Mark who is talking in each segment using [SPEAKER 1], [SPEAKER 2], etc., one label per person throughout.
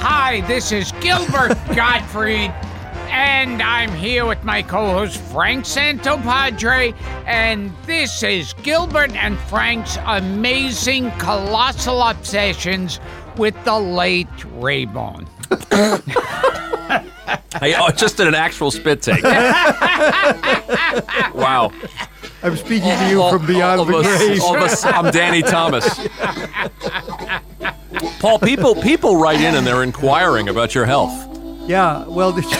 [SPEAKER 1] Hi, this is Gilbert Gottfried, and I'm here with my co host Frank Santopadre, and this is Gilbert and Frank's amazing colossal obsessions with the late Raybone.
[SPEAKER 2] I oh, just did an actual spit take. wow.
[SPEAKER 3] I'm speaking to you
[SPEAKER 2] All-
[SPEAKER 3] from beyond
[SPEAKER 2] all
[SPEAKER 3] the
[SPEAKER 2] of us-
[SPEAKER 3] grave.
[SPEAKER 2] all of us- I'm Danny Thomas. Paul, people people write in and they're inquiring about your health.
[SPEAKER 3] Yeah. Well, did you,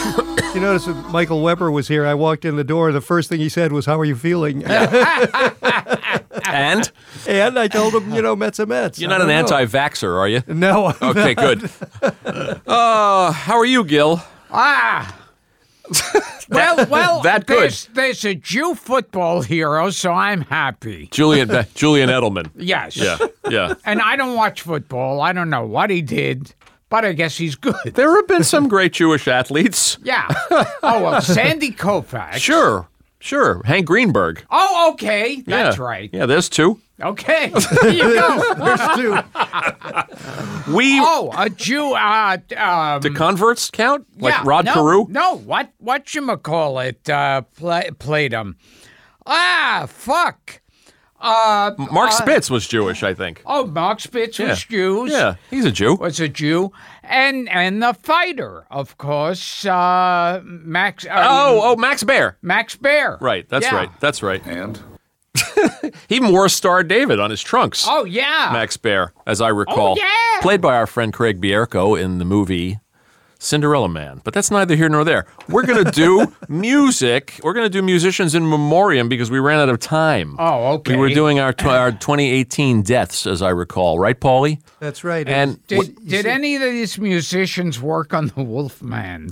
[SPEAKER 3] you notice when Michael Weber was here? I walked in the door. The first thing he said was, "How are you feeling?"
[SPEAKER 2] And
[SPEAKER 3] and I told him, you know, Mets are Mets.
[SPEAKER 2] you're
[SPEAKER 3] I
[SPEAKER 2] not an
[SPEAKER 3] don't know.
[SPEAKER 2] anti-vaxxer, are you?
[SPEAKER 3] No. I'm
[SPEAKER 2] Okay,
[SPEAKER 3] not.
[SPEAKER 2] good. Uh, how are you, Gil?
[SPEAKER 1] Ah. well, well,
[SPEAKER 2] that good.
[SPEAKER 1] there's, there's a Jew football hero, so I'm happy.
[SPEAKER 2] Julian Julian Edelman.
[SPEAKER 1] Yes.
[SPEAKER 2] Yeah, yeah.
[SPEAKER 1] And I don't watch football. I don't know what he did, but I guess he's good.
[SPEAKER 2] There have been some great Jewish athletes.
[SPEAKER 1] Yeah. Oh, well, Sandy Koufax.
[SPEAKER 2] Sure, sure. Hank Greenberg.
[SPEAKER 1] Oh, okay. That's
[SPEAKER 2] Yeah.
[SPEAKER 1] right.
[SPEAKER 2] Yeah, there's two.
[SPEAKER 1] Okay. There you go.
[SPEAKER 3] There's two.
[SPEAKER 2] We
[SPEAKER 1] Oh, a Jew. Uh, um,
[SPEAKER 2] the converts count like
[SPEAKER 1] yeah,
[SPEAKER 2] Rod
[SPEAKER 1] no,
[SPEAKER 2] Carew.
[SPEAKER 1] No, what what you call it? Uh, play, played him. Ah, fuck. Uh,
[SPEAKER 2] Mark Spitz was Jewish, I think.
[SPEAKER 1] oh, Mark Spitz was Jews.
[SPEAKER 2] Yeah, he's a Jew.
[SPEAKER 1] was a Jew, and and the fighter, of course, uh, Max. Uh,
[SPEAKER 2] Oh, oh, Max Baer.
[SPEAKER 1] Max Bear.
[SPEAKER 2] Right, that's
[SPEAKER 1] Yeah.
[SPEAKER 2] right. That's right. And he even wore Star David on his trunks.
[SPEAKER 1] Oh yeah. Oh,
[SPEAKER 2] Max Baer, as I recall.
[SPEAKER 1] yeah.
[SPEAKER 2] Played by our friend Craig Bierko in the movie Cinderella Man. But that's neither here nor there. We're going to do music. We're going to do musicians in memoriam because we ran out of time.
[SPEAKER 1] Oh, okay.
[SPEAKER 2] We were doing our, tw- our 2018 deaths, as I recall, right, Paulie?
[SPEAKER 3] That's right.
[SPEAKER 2] And
[SPEAKER 1] Did, did any of these musicians work on the Wolfman?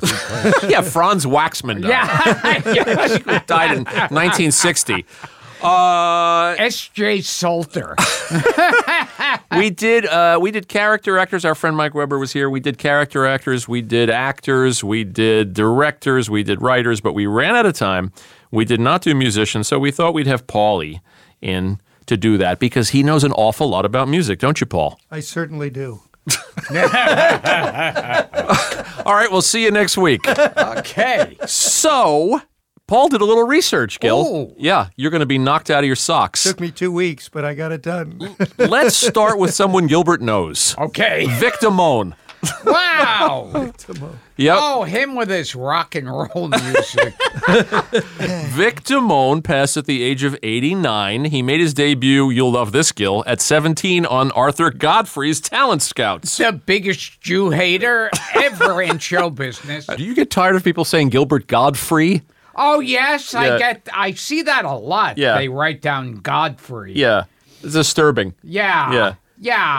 [SPEAKER 2] yeah, Franz Waxman died,
[SPEAKER 1] yeah.
[SPEAKER 2] died in 1960. Uh,
[SPEAKER 1] S.J. Salter.
[SPEAKER 2] we did uh, we did character actors. Our friend Mike Weber was here. We did character actors. We did actors. We did directors. We did writers. But we ran out of time. We did not do musicians. So we thought we'd have Paulie in to do that because he knows an awful lot about music, don't you, Paul?
[SPEAKER 3] I certainly do.
[SPEAKER 2] All right, we'll see you next week.
[SPEAKER 1] Okay.
[SPEAKER 2] so. Paul did a little research, Gil.
[SPEAKER 1] Oh.
[SPEAKER 2] Yeah, you're going to be knocked out of your socks.
[SPEAKER 3] Took me two weeks, but I got it done.
[SPEAKER 2] Let's start with someone Gilbert knows.
[SPEAKER 1] Okay.
[SPEAKER 2] Vic Damone.
[SPEAKER 1] Wow.
[SPEAKER 2] Yep.
[SPEAKER 1] Oh, him with his rock and roll music.
[SPEAKER 2] Vic Damone passed at the age of 89. He made his debut, you'll love this, Gil, at 17 on Arthur Godfrey's Talent Scouts.
[SPEAKER 1] the biggest Jew hater ever in show business.
[SPEAKER 2] Do you get tired of people saying Gilbert Godfrey?
[SPEAKER 1] Oh yes,
[SPEAKER 2] Yeah.
[SPEAKER 1] I get. I see that a lot.
[SPEAKER 2] Yeah.
[SPEAKER 1] They write down Godfrey.
[SPEAKER 2] Yeah, it's disturbing.
[SPEAKER 1] Yeah.
[SPEAKER 2] Yeah.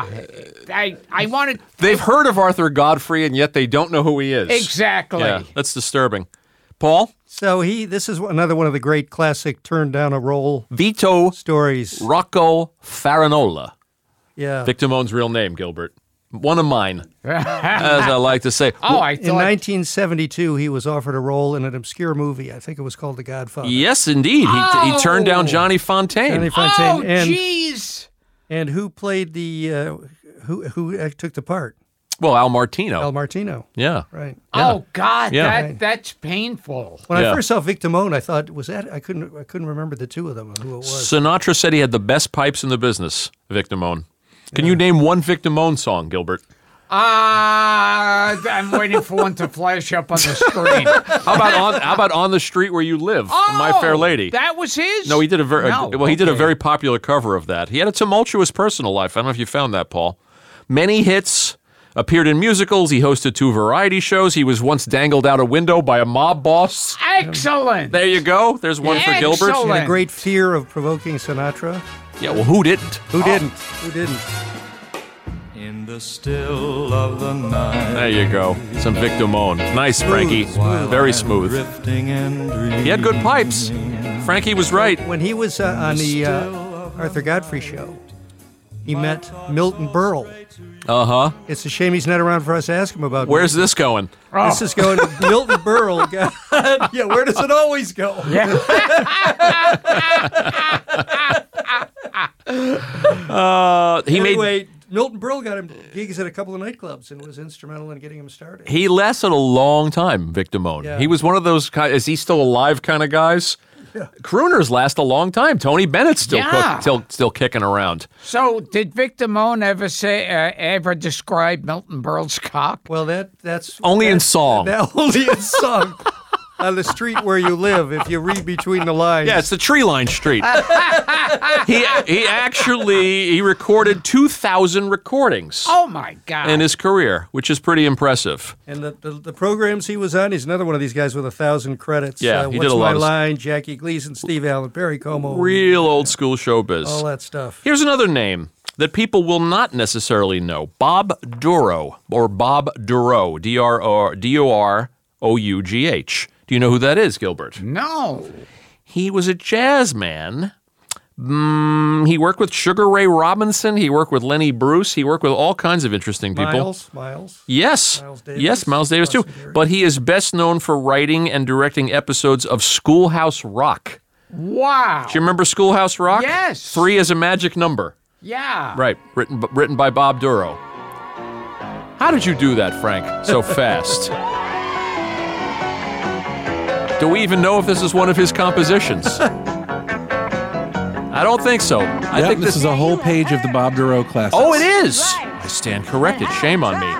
[SPEAKER 1] Yeah. I I wanted
[SPEAKER 2] They've heard of Arthur Godfrey, and yet they don't know who he is.
[SPEAKER 1] exactly.
[SPEAKER 2] Yeah, that's disturbing. Paul?
[SPEAKER 3] So he. This is another one of the great classic turn down a roll
[SPEAKER 2] Vito
[SPEAKER 3] stories.
[SPEAKER 2] Rocco Farinola.
[SPEAKER 3] Yeah.
[SPEAKER 2] Vic Damone's real name, Gilbert. One of mine, as I like to say.
[SPEAKER 1] Oh, I
[SPEAKER 3] In
[SPEAKER 1] thought.
[SPEAKER 3] 1972, he was offered a role in an obscure movie. I think it was called The Godfather.
[SPEAKER 2] Yes, indeed. He, he turned down
[SPEAKER 1] Oh.
[SPEAKER 2] Johnny Fontaine.
[SPEAKER 3] Johnny
[SPEAKER 1] oh,
[SPEAKER 3] Fontaine. and
[SPEAKER 1] jeez.
[SPEAKER 3] and who played the uh, who who uh, took the part?
[SPEAKER 2] well, Al Martino.
[SPEAKER 3] Al Martino.
[SPEAKER 2] yeah.
[SPEAKER 3] Right.
[SPEAKER 1] Oh God,
[SPEAKER 2] Yeah.
[SPEAKER 1] that that's painful.
[SPEAKER 3] When
[SPEAKER 2] Yeah.
[SPEAKER 3] I first saw Vic Damone, I thought was that I couldn't I couldn't remember the two of them and who it was.
[SPEAKER 2] Sinatra said he had the best pipes in the business, Vic Damone. Can you name one Vic Damone song, Gilbert?
[SPEAKER 1] Ah, I'm waiting for one to flash up on the screen.
[SPEAKER 2] How about on, how about on the street where you live, from My Fair
[SPEAKER 1] Oh,
[SPEAKER 2] Lady?
[SPEAKER 1] That was his.
[SPEAKER 2] no, he did a very
[SPEAKER 1] No,
[SPEAKER 2] well. He did a
[SPEAKER 1] okay.
[SPEAKER 2] very popular cover of that. He had a tumultuous personal life. I don't know if you found that, Paul. Many hits appeared in musicals. He hosted two variety shows. He was once dangled out a window by a mob boss.
[SPEAKER 1] excellent.
[SPEAKER 2] There you go. There's one for Gilbert.
[SPEAKER 1] Excellent.
[SPEAKER 3] And a great fear of provoking Sinatra.
[SPEAKER 2] Yeah, well, who didn't? Oh,
[SPEAKER 3] Who didn't? Who didn't?
[SPEAKER 4] In the still of the night,
[SPEAKER 2] There you go. Some Vic Damone. Nice, Frankie. Very smooth.
[SPEAKER 4] drifting and dreaming.
[SPEAKER 2] He had good pipes. Frankie was right.
[SPEAKER 3] When he was uh, on the uh, Arthur Godfrey show, he met Milton Berle.
[SPEAKER 2] Uh huh.
[SPEAKER 3] It's a shame he's not around for us to ask him about.
[SPEAKER 2] Where's oh. this going?
[SPEAKER 4] Uh,
[SPEAKER 3] this is going? to Milton Berle. God. yeah, where does it always go?
[SPEAKER 2] Uh, he
[SPEAKER 3] Anyway,
[SPEAKER 2] Uh, made
[SPEAKER 3] Milton Berle got him gigs at a couple of nightclubs and was instrumental in getting him started.
[SPEAKER 2] He lasted a long time, Vic Damone.
[SPEAKER 3] Yeah.
[SPEAKER 2] He was one of those, ki- is he still alive kind of guys? Crooners last a long time. Tony Bennett's still
[SPEAKER 1] Yeah.
[SPEAKER 2] cook, still, still kicking around.
[SPEAKER 1] So, did Vic Damone ever say, uh, ever describe Milton Berle's cock?
[SPEAKER 3] Well, that that's
[SPEAKER 2] Only in
[SPEAKER 3] that's-
[SPEAKER 2] song.
[SPEAKER 3] That only in song. On the street where you live, if you read between the lines.
[SPEAKER 2] Yeah, it's the tree line street. he he actually he recorded two thousand recordings
[SPEAKER 1] Oh my God!
[SPEAKER 2] in his career, which is pretty impressive.
[SPEAKER 3] And the, the, the programs he was on, he's another one of these guys with a thousand credits.
[SPEAKER 2] Yeah,
[SPEAKER 3] uh,
[SPEAKER 2] he did
[SPEAKER 3] What's
[SPEAKER 2] a lot
[SPEAKER 3] My
[SPEAKER 2] of s-
[SPEAKER 3] Line, Jackie Gleason, Steve Allen, Perry Como,
[SPEAKER 2] Real old school showbiz.
[SPEAKER 3] all that stuff.
[SPEAKER 2] Here's another name that people will not necessarily know: Bob Duro or Bob Duro, D R R D O R O U G H. Do you know who that is, Gilbert?
[SPEAKER 1] no.
[SPEAKER 2] He was a jazz man. Mm, he worked with Sugar Ray Robinson. He worked with Lenny Bruce. He worked with all kinds of interesting people.
[SPEAKER 3] Miles, Miles.
[SPEAKER 2] Yes.
[SPEAKER 3] Miles Davis.
[SPEAKER 2] Yes, Miles Davis too.
[SPEAKER 3] Austin Theory.
[SPEAKER 2] But he is best known for writing and directing episodes of Schoolhouse Rock.
[SPEAKER 1] Wow.
[SPEAKER 2] Do you remember Schoolhouse Rock?
[SPEAKER 1] Yes.
[SPEAKER 2] Three is a magic number.
[SPEAKER 1] Yeah.
[SPEAKER 2] Right. Written b- written by Bob Duro. How did you do that, Frank, so fast? Do we even know if this is one of his compositions? I don't think so. I
[SPEAKER 5] Yep,
[SPEAKER 2] think
[SPEAKER 5] this is a whole page of the Bob Duro classics.
[SPEAKER 2] Oh, it is. I stand corrected. Shame on me.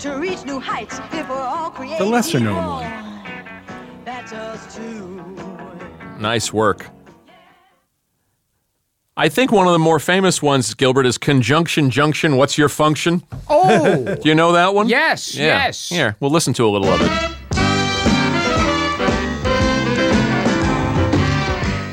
[SPEAKER 6] To reach new heights if we're all created
[SPEAKER 5] The lesser-known
[SPEAKER 6] equal.
[SPEAKER 5] one.
[SPEAKER 6] That's us too.
[SPEAKER 2] Nice work. I think one of the more famous ones, Gilbert, is conjunction junction. What's your function?
[SPEAKER 1] Oh.
[SPEAKER 2] Do you know that one?
[SPEAKER 1] yes.
[SPEAKER 2] Yeah.
[SPEAKER 1] Yes.
[SPEAKER 2] Here, we'll listen to a little of it.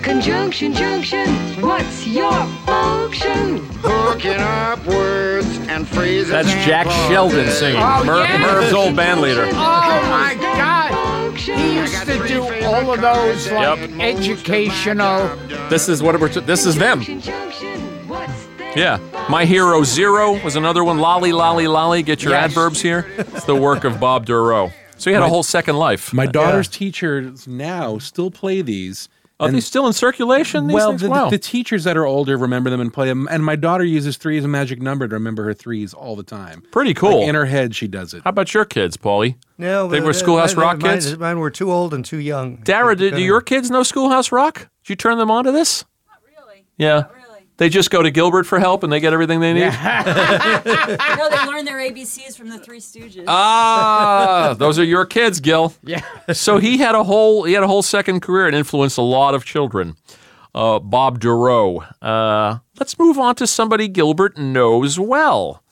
[SPEAKER 6] Conjunction, junction, what's your function?
[SPEAKER 7] Hooking up words and phrases.
[SPEAKER 2] That's
[SPEAKER 7] and
[SPEAKER 2] Jack
[SPEAKER 7] clauses.
[SPEAKER 2] Sheldon singing.
[SPEAKER 1] Oh,
[SPEAKER 2] Merv-
[SPEAKER 1] yes.
[SPEAKER 2] Merv's old band leader.
[SPEAKER 1] Oh my God. He
[SPEAKER 6] Function.
[SPEAKER 1] used to do all of those like
[SPEAKER 2] Yep.
[SPEAKER 1] educational.
[SPEAKER 2] This is what we're. T- this is them.
[SPEAKER 6] Junction, junction, what's their
[SPEAKER 2] Yeah. My hero zero was another one. Lolly, lolly, lolly. Get your
[SPEAKER 1] Yes.
[SPEAKER 2] adverbs here. It's the work of Bob Duro. So he had a whole second life.
[SPEAKER 5] My daughter's teachers now still play these.
[SPEAKER 2] Are Oh, they still in circulation? These
[SPEAKER 5] well,
[SPEAKER 2] things?
[SPEAKER 5] the,
[SPEAKER 2] wow.
[SPEAKER 5] the teachers that are older remember them and play them. And my daughter uses three as a magic number to remember her threes all the time.
[SPEAKER 2] Pretty cool.
[SPEAKER 5] Like in her head, she does it.
[SPEAKER 2] How about your kids, Paulie?
[SPEAKER 3] No,
[SPEAKER 2] They
[SPEAKER 3] but
[SPEAKER 2] were
[SPEAKER 3] that-
[SPEAKER 2] Schoolhouse
[SPEAKER 3] uh, mine-
[SPEAKER 2] Rock
[SPEAKER 3] mine-
[SPEAKER 2] kids?
[SPEAKER 3] Mine were too old and too young.
[SPEAKER 2] Dara, do, do
[SPEAKER 3] Kinda-
[SPEAKER 2] your kids know Schoolhouse Rock? Did you turn them on to this?
[SPEAKER 8] Really?
[SPEAKER 2] Yeah.
[SPEAKER 8] Really?
[SPEAKER 2] They just go to Gilbert for help and they get everything they need?
[SPEAKER 8] No, they learned their ABCs from the Three Stooges.
[SPEAKER 2] Ah, those are your kids, Gil.
[SPEAKER 1] Yeah.
[SPEAKER 2] So he had a whole he had a whole second career and influenced a lot of children. Uh, Bob Duro. Uh, let's move on to somebody Gilbert knows well.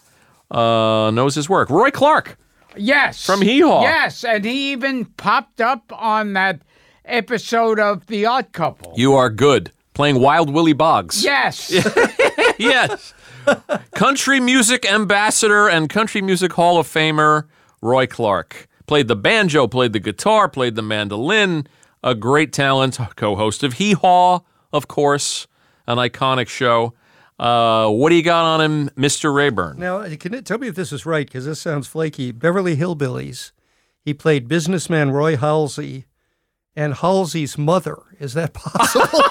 [SPEAKER 2] Uh, knows his work. Roy Clark.
[SPEAKER 1] Yes.
[SPEAKER 2] From Hee Haw.
[SPEAKER 1] Yes, and he even popped up on that episode of The Odd Couple.
[SPEAKER 2] You are good. Playing Wild Willie Boggs.
[SPEAKER 1] yes.
[SPEAKER 2] yes. country music ambassador and country music hall of famer Roy Clark played the banjo, played the guitar, played the mandolin. A great talent, co-host of Hee Haw, of course, an iconic show. Uh, what do you got on him, Mr. Rayburn?
[SPEAKER 3] Now, uh, can it, tell me if this is right because this sounds flaky. Beverly Hillbillies. He played businessman Roy Halsey and Halsey's mother. Is that possible?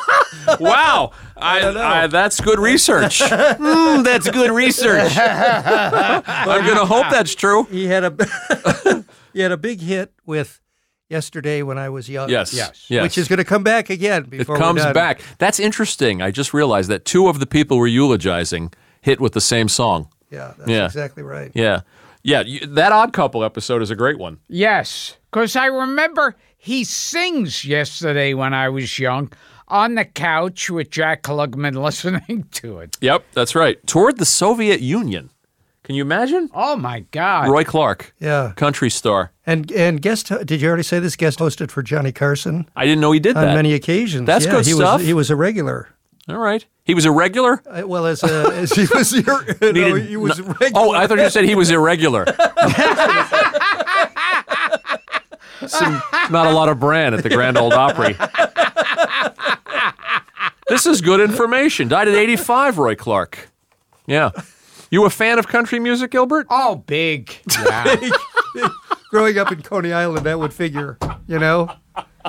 [SPEAKER 2] Wow, I, I- that's good research. Mm, that's good research. I'm gonna hope that's true.
[SPEAKER 3] he had a he had a big hit with "Yesterday When I Was Young."
[SPEAKER 2] Yes,
[SPEAKER 1] Yes.
[SPEAKER 2] yes.
[SPEAKER 3] which is going to come back again.
[SPEAKER 2] It
[SPEAKER 3] Before we're
[SPEAKER 2] comes
[SPEAKER 3] done.
[SPEAKER 2] back. That's interesting. I just realized that two of the people we're eulogizing hit with the same song.
[SPEAKER 3] Yeah, that's
[SPEAKER 2] Yeah.
[SPEAKER 3] exactly right.
[SPEAKER 2] Yeah. Yeah. You, that Odd Couple episode is a great one.
[SPEAKER 1] Yes, because I remember he sings yesterday when I was young on the couch with Jack Klugman listening to it.
[SPEAKER 2] Yep. That's right. Toward the Soviet Union. Can you imagine?
[SPEAKER 1] Oh my God.
[SPEAKER 2] Roy Clark,
[SPEAKER 3] Yeah,
[SPEAKER 2] country star.
[SPEAKER 3] and and guest. Did you already say this? Guest hosted for Johnny Carson
[SPEAKER 2] I didn't know he did
[SPEAKER 3] on
[SPEAKER 2] that.
[SPEAKER 3] many occasions.
[SPEAKER 2] That's
[SPEAKER 3] yeah,
[SPEAKER 2] good
[SPEAKER 3] he
[SPEAKER 2] stuff.
[SPEAKER 3] Was, he was a regular.
[SPEAKER 2] All right. He was irregular.
[SPEAKER 3] Uh, Well, as, a, as he was your, no,
[SPEAKER 2] Needed-
[SPEAKER 3] he was
[SPEAKER 2] no-
[SPEAKER 3] regular.
[SPEAKER 2] Oh, I thought you said he was irregular. Some- not a lot of brand at the Grand Old Opry. This is good information. Died at 85, Roy Clark. Yeah. You a fan of country music, Gilbert?
[SPEAKER 1] Oh, big. Yeah.
[SPEAKER 3] growing up in Coney Island, that would figure. You know,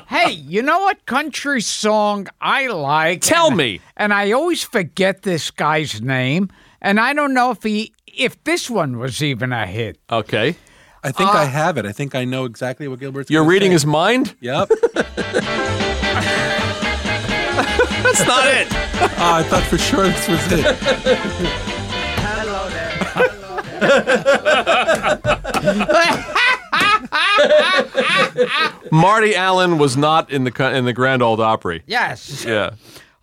[SPEAKER 1] hey, you know what country song I like?
[SPEAKER 2] Tell me.
[SPEAKER 1] And I always forget this guy's name. and I don't know if he if this one was even a hit.
[SPEAKER 2] Okay.
[SPEAKER 5] I think I have it. I think I know exactly what Gilbert's.
[SPEAKER 2] You're
[SPEAKER 5] gonna
[SPEAKER 2] reading
[SPEAKER 5] say.
[SPEAKER 2] his mind?
[SPEAKER 5] Yep.
[SPEAKER 2] That's not it.
[SPEAKER 5] Ah, I thought for sure this was it.
[SPEAKER 2] Marty Allen was not in the co- in the Grand Old Opry.
[SPEAKER 1] Yes.
[SPEAKER 2] Yeah.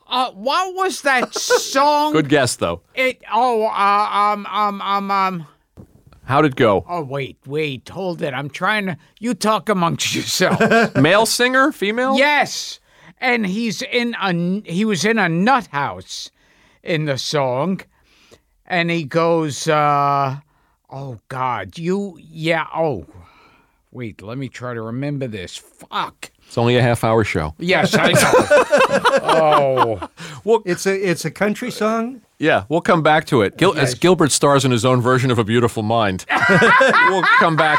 [SPEAKER 1] Uh, what was that song?
[SPEAKER 2] Good guess though.
[SPEAKER 1] It oh uh, um um um um.
[SPEAKER 2] How'd it go?
[SPEAKER 1] Oh wait wait hold it. I'm trying to. You talk amongst yourself.
[SPEAKER 2] Male singer, female?
[SPEAKER 1] yes. And he's in a he was in a nut house in the song, and he goes uh oh God you yeah oh wait let me try to remember this fuck.
[SPEAKER 2] It's only a half hour show.
[SPEAKER 1] Yes, I know. oh,
[SPEAKER 3] It's a it's a country song.
[SPEAKER 2] Yeah, we'll come back to it. Gil- As Gilbert stars in his own version of A Beautiful Mind. we'll come back.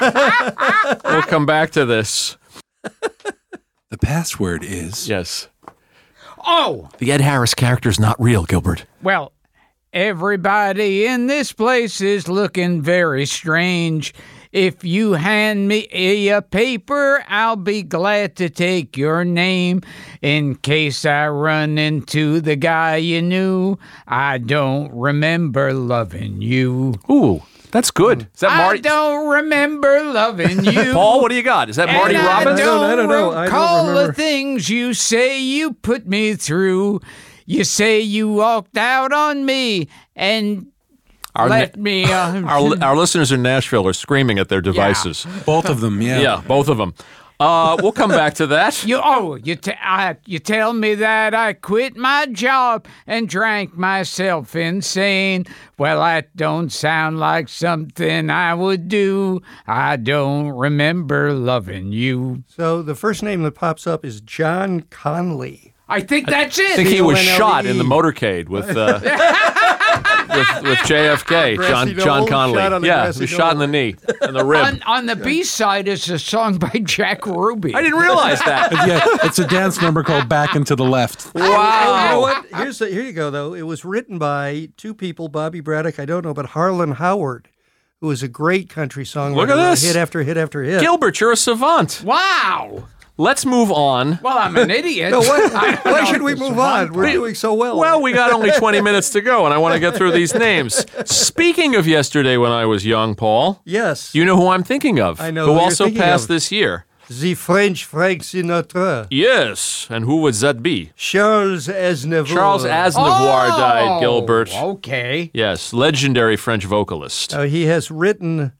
[SPEAKER 2] We'll come back to this.
[SPEAKER 5] The password is.
[SPEAKER 2] Yes.
[SPEAKER 1] oh.
[SPEAKER 2] The Ed Harris character is not real, Gilbert.
[SPEAKER 1] Well, everybody in this place is looking very strange. If you hand me a paper, I'll be glad to take your name. In case I run into the guy you knew, I don't remember loving you.
[SPEAKER 2] Ooh, that's good. Is that
[SPEAKER 1] I
[SPEAKER 2] Marty?
[SPEAKER 1] don't remember loving you.
[SPEAKER 2] Paul, what do you got? Is that Marty
[SPEAKER 1] And
[SPEAKER 2] Robbins?
[SPEAKER 1] I don't,
[SPEAKER 3] I don't know. I don't
[SPEAKER 1] recall the
[SPEAKER 3] remember.
[SPEAKER 1] things you say you put me through. You say you walked out on me and
[SPEAKER 2] Our, na-
[SPEAKER 1] left me. Uh,
[SPEAKER 2] our, li- our listeners in Nashville are screaming at their devices.
[SPEAKER 5] Both of them, yeah.
[SPEAKER 2] Yeah, both of them. Uh, we'll come back to that.
[SPEAKER 1] you oh you t- I, you tell me that I quit my job and drank myself insane. Well, that don't sound like something I would do. I don't remember loving you.
[SPEAKER 3] So the first name that pops up is John Conley.
[SPEAKER 1] I think that's it.
[SPEAKER 2] I think he was
[SPEAKER 1] E.
[SPEAKER 3] C-O-N-L-E.
[SPEAKER 2] shot in the motorcade with uh, with, with JFK, John
[SPEAKER 3] Grassy
[SPEAKER 2] John
[SPEAKER 3] knoll, shot on
[SPEAKER 2] Conley.
[SPEAKER 3] the
[SPEAKER 2] Yeah,
[SPEAKER 3] grassy
[SPEAKER 2] he was shot in the knee and the rib.
[SPEAKER 1] on, on the B side is a song by Jack Ruby.
[SPEAKER 2] I didn't realize that.
[SPEAKER 5] yeah, it's a dance number called Back and to the Left.
[SPEAKER 3] You know
[SPEAKER 2] Wow.
[SPEAKER 3] what? Here's the, here you go though. It was written by two people, Bobby Braddock, I don't know, but Harlan Howard, who is a great country songwriter.
[SPEAKER 2] Look at
[SPEAKER 3] with
[SPEAKER 2] this.
[SPEAKER 3] hit after hit after hit.
[SPEAKER 2] Gilbert, you're a savant.
[SPEAKER 1] Wow.
[SPEAKER 2] Let's move on.
[SPEAKER 1] Well, I'm an idiot.
[SPEAKER 3] No, why,
[SPEAKER 1] I don't
[SPEAKER 3] why
[SPEAKER 1] know.
[SPEAKER 3] should we move on? We're doing so well.
[SPEAKER 2] Well, we got only 20 minutes to go, and I want to get through these names. Speaking of yesterday when I was young, Paul,
[SPEAKER 3] yes.
[SPEAKER 2] you know who I'm thinking of.
[SPEAKER 3] I know
[SPEAKER 2] Who
[SPEAKER 3] who you're
[SPEAKER 2] also
[SPEAKER 3] thinking
[SPEAKER 2] passed
[SPEAKER 3] of.
[SPEAKER 2] this year.
[SPEAKER 3] the French Frank Sinatra,
[SPEAKER 2] Yes. And who would that be?
[SPEAKER 3] Charles Aznavour.
[SPEAKER 2] Charles Aznavour
[SPEAKER 1] Oh,
[SPEAKER 2] died, Gilbert.
[SPEAKER 1] Okay.
[SPEAKER 2] Yes, legendary French vocalist.
[SPEAKER 3] Now, Uh, he has written,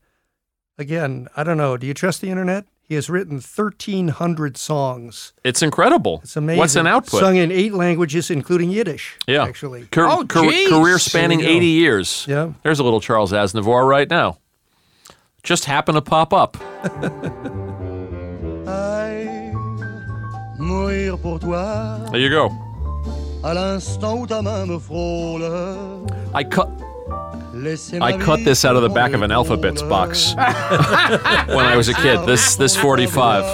[SPEAKER 3] again, I don't know. Do you trust the internet? He has written 1,300 songs.
[SPEAKER 2] It's incredible.
[SPEAKER 3] It's amazing.
[SPEAKER 2] What's an output?
[SPEAKER 3] Sung in eight languages, including Yiddish.
[SPEAKER 2] yeah.
[SPEAKER 3] Actually.
[SPEAKER 2] Car-
[SPEAKER 1] Oh,
[SPEAKER 2] car-
[SPEAKER 1] geez.
[SPEAKER 2] career spanning
[SPEAKER 3] There you go.
[SPEAKER 2] 80 years.
[SPEAKER 3] Yeah.
[SPEAKER 2] There's a little Charles Aznavour right now. Just happened to pop up.
[SPEAKER 9] Aïe, mourir pour toi
[SPEAKER 2] There you go.
[SPEAKER 9] à l'instant où ta main me frôle.
[SPEAKER 2] I cut.
[SPEAKER 9] Laissez ma
[SPEAKER 2] I cut
[SPEAKER 9] vie
[SPEAKER 2] this out of the back of an
[SPEAKER 9] tomber.
[SPEAKER 2] alphabets box when I was a kid. This this 45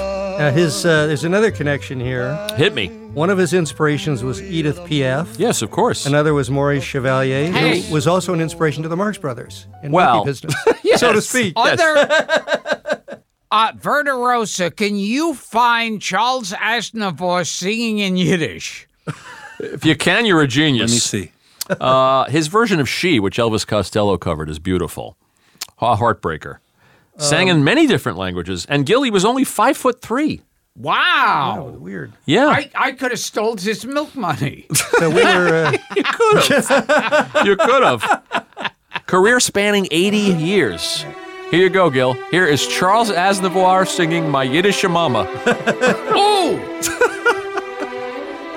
[SPEAKER 3] Now, his, uh, there's another connection here.
[SPEAKER 2] hit me.
[SPEAKER 3] One of his inspirations was Edith Piaf.
[SPEAKER 2] Yes, of course.
[SPEAKER 3] Another was Maurice Chevalier,
[SPEAKER 1] Hey.
[SPEAKER 3] who was also an inspiration to the Marx Brothers in
[SPEAKER 2] Well.
[SPEAKER 3] monkey business, so to
[SPEAKER 2] Yes.
[SPEAKER 3] speak.
[SPEAKER 1] Other. Uh, Verderosa, can you find Charles Aznavour singing in Yiddish?
[SPEAKER 2] If you can, you're a genius.
[SPEAKER 5] Let me see.
[SPEAKER 2] Uh, his version of "She," which Elvis Costello covered, is beautiful. A heartbreaker. Sang
[SPEAKER 1] Um,
[SPEAKER 2] in many different languages, and Gilly was only five foot three.
[SPEAKER 1] Wow.
[SPEAKER 3] Weird.
[SPEAKER 2] Yeah,
[SPEAKER 1] I, I could have stole his milk money.
[SPEAKER 3] So we were. Uh,
[SPEAKER 2] you could have. Career spanning 80 years. Here you go, Gil. Here is Charles Aznavour singing "My Yiddish Mama."
[SPEAKER 1] oh,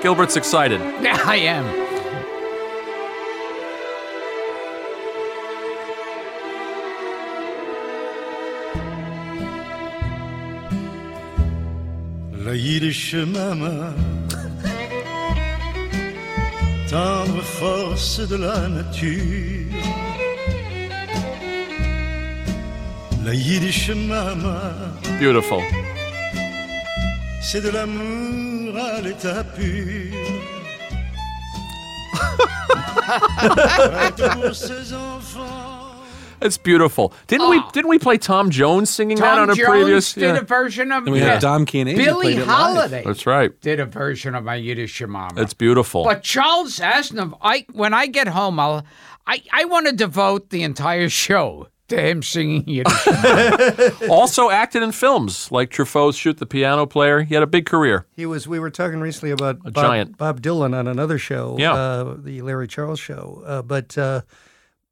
[SPEAKER 2] Gilbert's excited.
[SPEAKER 1] yeah, I am.
[SPEAKER 9] La Yiddish maman, tendre force de la nature. La Yiddish maman,
[SPEAKER 2] Beautiful.
[SPEAKER 9] c'est de l'amour à l'état pur.
[SPEAKER 2] It's beautiful. Didn't we? Didn't we play Tom Jones singing that
[SPEAKER 1] Ah. Tom
[SPEAKER 2] on a
[SPEAKER 1] Jones
[SPEAKER 2] previous?
[SPEAKER 1] did a version of
[SPEAKER 5] Then we
[SPEAKER 1] yeah.
[SPEAKER 5] had Dom Key and Angel
[SPEAKER 1] Billy
[SPEAKER 5] played it live.
[SPEAKER 1] Holiday
[SPEAKER 2] That's right.
[SPEAKER 1] did a version of my Yiddish Mama.
[SPEAKER 2] It's beautiful.
[SPEAKER 1] But Charles Aznavour, I when I get home, I'll I, I want to devote the entire show to him singing Yiddish.
[SPEAKER 2] also acted in films like Truffaut's Shoot the Piano Player. He had a big career.
[SPEAKER 3] He was. We were talking recently about Bob,
[SPEAKER 2] giant.
[SPEAKER 3] Bob Dylan on another show,
[SPEAKER 2] Yeah.
[SPEAKER 3] uh, the Larry Charles show. Uh, but uh,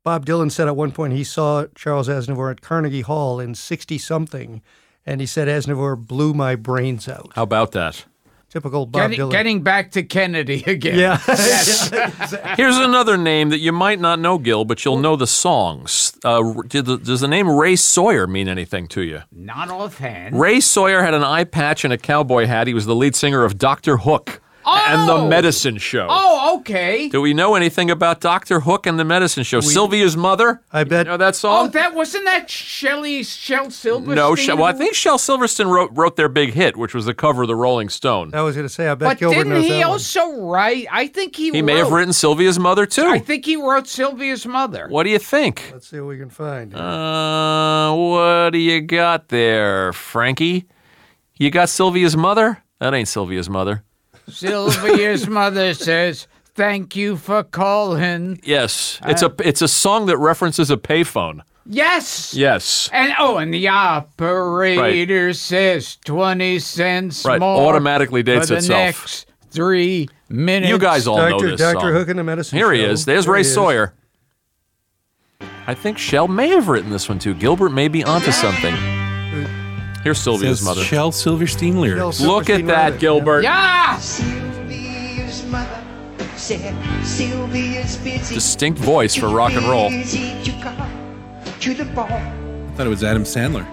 [SPEAKER 3] Bob Dylan said at one point he saw Charles Aznavour at Carnegie Hall in sixty something, and he said Aznavour blew my brains out.
[SPEAKER 2] How about that?
[SPEAKER 3] Typical Bob
[SPEAKER 1] getting,
[SPEAKER 3] Dylan.
[SPEAKER 1] getting back to Kennedy again.
[SPEAKER 3] yeah.
[SPEAKER 2] Here's another name that you might not know, Gil, but you'll know the songs. Uh, did the, does the name Ray Sawyer mean anything to you?
[SPEAKER 1] Not offhand.
[SPEAKER 2] Ray Sawyer had an eye patch and a cowboy hat. He was the lead singer of Doctor Hook and The
[SPEAKER 1] Oh!
[SPEAKER 2] Medicine Show.
[SPEAKER 1] Oh, okay.
[SPEAKER 2] Do we know anything about Doctor Hook and The Medicine Show? Sylvia's mother.
[SPEAKER 3] I bet-
[SPEAKER 2] You know that
[SPEAKER 1] Oh,
[SPEAKER 2] song.
[SPEAKER 1] that wasn't that Shelley Shell Silverstein.
[SPEAKER 2] no, Shel- well, I think Shel Silverstein wrote, wrote their big hit, which was the cover of the Rolling Stone.
[SPEAKER 3] I was going to say, I bet
[SPEAKER 1] But
[SPEAKER 3] Gilbert
[SPEAKER 1] didn't
[SPEAKER 3] knows
[SPEAKER 1] he
[SPEAKER 3] that one.
[SPEAKER 1] also write? I think he.
[SPEAKER 2] He may have written Sylvia's mother too.
[SPEAKER 1] I think he wrote Sylvia's mother.
[SPEAKER 2] What do you think?
[SPEAKER 3] Let's see what we can find.
[SPEAKER 2] Uh, what do you got there, Frankie? You got Sylvia's mother? That ain't Sylvia's mother.
[SPEAKER 1] Sylvia's mother says, "Thank you for calling."
[SPEAKER 2] Yes, it's a it's a song that references a payphone.
[SPEAKER 1] Yes.
[SPEAKER 2] Yes.
[SPEAKER 1] And oh, and the operator says twenty cents
[SPEAKER 2] Right,
[SPEAKER 1] more.
[SPEAKER 2] automatically dates
[SPEAKER 1] for the
[SPEAKER 2] itself.
[SPEAKER 1] Next three minutes.
[SPEAKER 2] You guys Uh, all know
[SPEAKER 3] Doctor
[SPEAKER 2] this
[SPEAKER 3] Doctor
[SPEAKER 2] song.
[SPEAKER 3] Hook and the Medicine
[SPEAKER 2] Here he
[SPEAKER 3] Show.
[SPEAKER 2] is. There's
[SPEAKER 3] There
[SPEAKER 2] Ray
[SPEAKER 3] he is.
[SPEAKER 2] Sawyer. I think Shell may have written this one too. Gilbert may be onto something. Here's Sylvia's
[SPEAKER 5] Says
[SPEAKER 2] mother.
[SPEAKER 5] Shel Silverstein lyrics.
[SPEAKER 3] Shel Sil-
[SPEAKER 2] Look at
[SPEAKER 3] Silverstein
[SPEAKER 2] that,
[SPEAKER 3] Ryder,
[SPEAKER 2] Gilbert.
[SPEAKER 1] Yeah.
[SPEAKER 6] Sylvia's mother said Sylvia's busy.
[SPEAKER 2] Distinct voice for rock and roll.
[SPEAKER 6] Busy to come to the ball.
[SPEAKER 5] I thought it was Adam Sandler.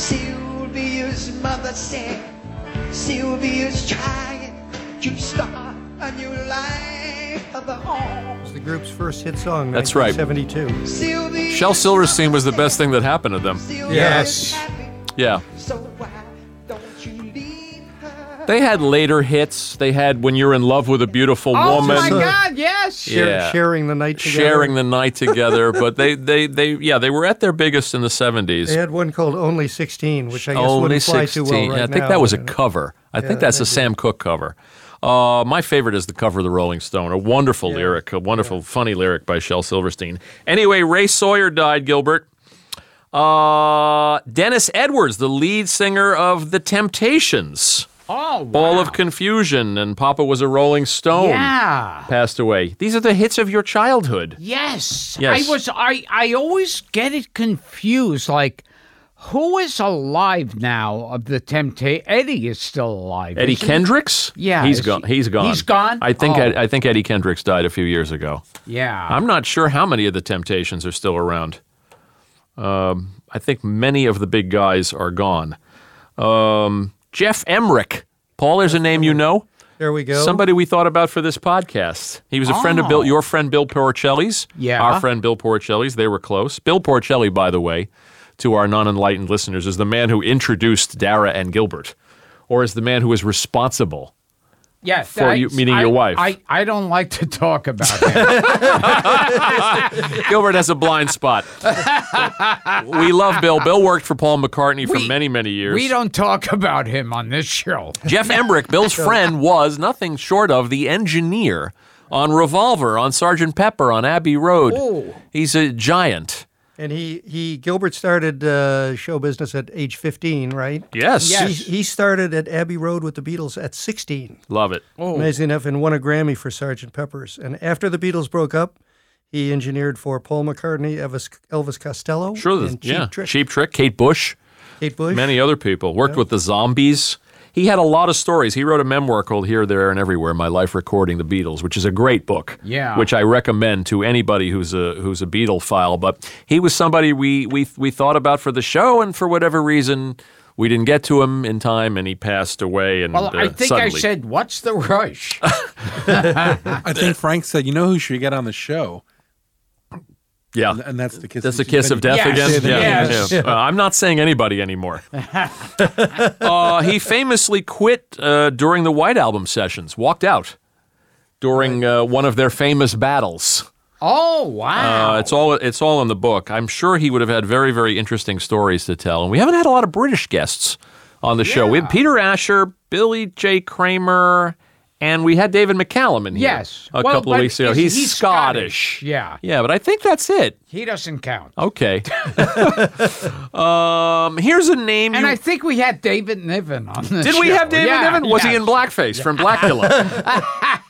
[SPEAKER 6] Sylvia's mother said Sylvia's trying to start a new life of her own.
[SPEAKER 3] It's the group's first hit song.
[SPEAKER 2] That's right.
[SPEAKER 3] 1972.
[SPEAKER 6] Sylvia's
[SPEAKER 2] Shel Silverstein was the best thing that happened to them.
[SPEAKER 3] Yes.
[SPEAKER 2] Yeah.
[SPEAKER 6] So why don't you leave her?
[SPEAKER 2] They had later hits. They had When You're in Love with a Beautiful
[SPEAKER 1] Oh
[SPEAKER 2] Woman.
[SPEAKER 1] my God! Yes.
[SPEAKER 2] Yeah.
[SPEAKER 3] Sharing the night together.
[SPEAKER 2] Sharing the night together, but they, they, they, yeah, they were at their biggest in the '70s.
[SPEAKER 3] They had one called Only 16, which I guess
[SPEAKER 2] Only
[SPEAKER 3] wouldn't fly
[SPEAKER 2] 16.
[SPEAKER 3] too well right
[SPEAKER 2] yeah, I think
[SPEAKER 3] now,
[SPEAKER 2] that was a
[SPEAKER 3] you know.
[SPEAKER 2] cover. I think that's a Sam Cooke cover. Uh, my favorite is the cover of the Rolling Stone. A wonderful lyric, a wonderful, funny lyric by Shel Silverstein. Anyway, Ray Sawyer died, Gilbert. Uh, Dennis Edwards, the lead singer of The Temptations,
[SPEAKER 1] Oh. Wow.
[SPEAKER 2] Ball of Confusion, and Papa was a Rolling Stone,
[SPEAKER 1] Yeah.
[SPEAKER 2] passed away. These are the hits of your childhood.
[SPEAKER 1] Yes.
[SPEAKER 2] Yes.
[SPEAKER 1] I was. I. I always get it confused. Like, who is alive now? Of the Temptation, Eddie is still alive.
[SPEAKER 2] Eddie
[SPEAKER 1] isn't he?
[SPEAKER 2] Kendricks?
[SPEAKER 1] Yeah,
[SPEAKER 2] he's
[SPEAKER 1] is
[SPEAKER 2] gone.
[SPEAKER 1] he-
[SPEAKER 2] he's gone.
[SPEAKER 1] he's gone?
[SPEAKER 2] I think.
[SPEAKER 1] Oh.
[SPEAKER 2] Ed- I think Eddie Kendricks died a few years ago.
[SPEAKER 1] Yeah.
[SPEAKER 2] I'm not sure how many of the Temptations are still around. Um, I think many of the big guys are gone. Um, Jeff Emmerich. Paul, there's a name you know.
[SPEAKER 3] There we go.
[SPEAKER 2] Somebody we thought about for this podcast. He was a friend of Bill, your friend Bill Poricelli's.
[SPEAKER 1] Oh. Yeah.
[SPEAKER 2] Our friend Bill Poricelli's. They were close. Bill Poricelli, by the way, to our non enlightened listeners, is the man who introduced Dara and Gilbert, or is the man who is responsible
[SPEAKER 1] yeah.
[SPEAKER 2] for you-
[SPEAKER 1] that's-
[SPEAKER 2] meeting
[SPEAKER 1] I-
[SPEAKER 2] your wife.
[SPEAKER 1] I. I don't like to talk about that.
[SPEAKER 2] Gilbert has a blind spot. we love Bill. Bill worked for Paul McCartney for
[SPEAKER 1] We-
[SPEAKER 2] many, many years.
[SPEAKER 1] We don't talk about him on this show.
[SPEAKER 2] Jeff Emmerich, Bill's friend, was nothing short of the engineer on Revolver, on Sergeant Pepper, on Abbey Road.
[SPEAKER 1] Oh.
[SPEAKER 2] He's a giant.
[SPEAKER 3] and he, he Gilbert started uh, show business at age 15, right?
[SPEAKER 2] Yes.
[SPEAKER 3] He, he started at Abbey Road with the Beatles at 16,
[SPEAKER 2] Love it.
[SPEAKER 3] amazing enough, and won a Grammy for Sgt. Pepper's. And after the Beatles broke up, he engineered for Paul McCartney, Elvis, Elvis Costello,
[SPEAKER 2] Sure.
[SPEAKER 3] and Cheap
[SPEAKER 2] yeah.
[SPEAKER 3] Trick,
[SPEAKER 2] Cheap Trick, Kate Bush,
[SPEAKER 3] Kate Bush.
[SPEAKER 2] many other people. Worked with the Zombies. He had a lot of stories. He wrote a memoir called Here, There, and Everywhere: My Life Recording the Beatles, which is a great book.
[SPEAKER 1] Yeah.
[SPEAKER 2] Which I recommend to anybody who's a who's a Beatle file. But he was somebody we we we thought about for the show, and for whatever reason. We didn't get to him in time, and he passed away. And
[SPEAKER 1] Well, I
[SPEAKER 2] uh,
[SPEAKER 1] think I
[SPEAKER 2] suddenly.
[SPEAKER 1] said, "What's the rush?"
[SPEAKER 5] I think Frank said, "You know who should get on the show?"
[SPEAKER 2] "Yeah,
[SPEAKER 5] And- And that's the kiss.
[SPEAKER 2] That's the kiss of death
[SPEAKER 1] Yes.
[SPEAKER 2] again.
[SPEAKER 1] Yeah,
[SPEAKER 2] Yeah,
[SPEAKER 1] yes.
[SPEAKER 2] yeah. Uh, I'm not saying anybody anymore. uh, he famously quit uh, during the White Album sessions, walked out. during uh, one of their famous battles.
[SPEAKER 1] Oh, wow.
[SPEAKER 2] Uh, it's all it's all in the book. I'm sure he would have had very very interesting stories to tell. And we haven't had a lot of British guests on the show. We had Peter Asher, Billy J. Kramer, and we had David McCallum in here
[SPEAKER 1] Yes.
[SPEAKER 2] a
[SPEAKER 1] Well,
[SPEAKER 2] couple of
[SPEAKER 1] but
[SPEAKER 2] weeks ago.
[SPEAKER 1] is
[SPEAKER 2] He's,
[SPEAKER 1] he
[SPEAKER 2] Scottish.
[SPEAKER 1] Scottish? Yeah.
[SPEAKER 2] Yeah, but I think that's it.
[SPEAKER 1] he doesn't count.
[SPEAKER 2] Okay. um, here's a name
[SPEAKER 1] And
[SPEAKER 2] you
[SPEAKER 1] I think we had David Niven on this.
[SPEAKER 2] did we have David Niven? Was he in blackface from Blackula?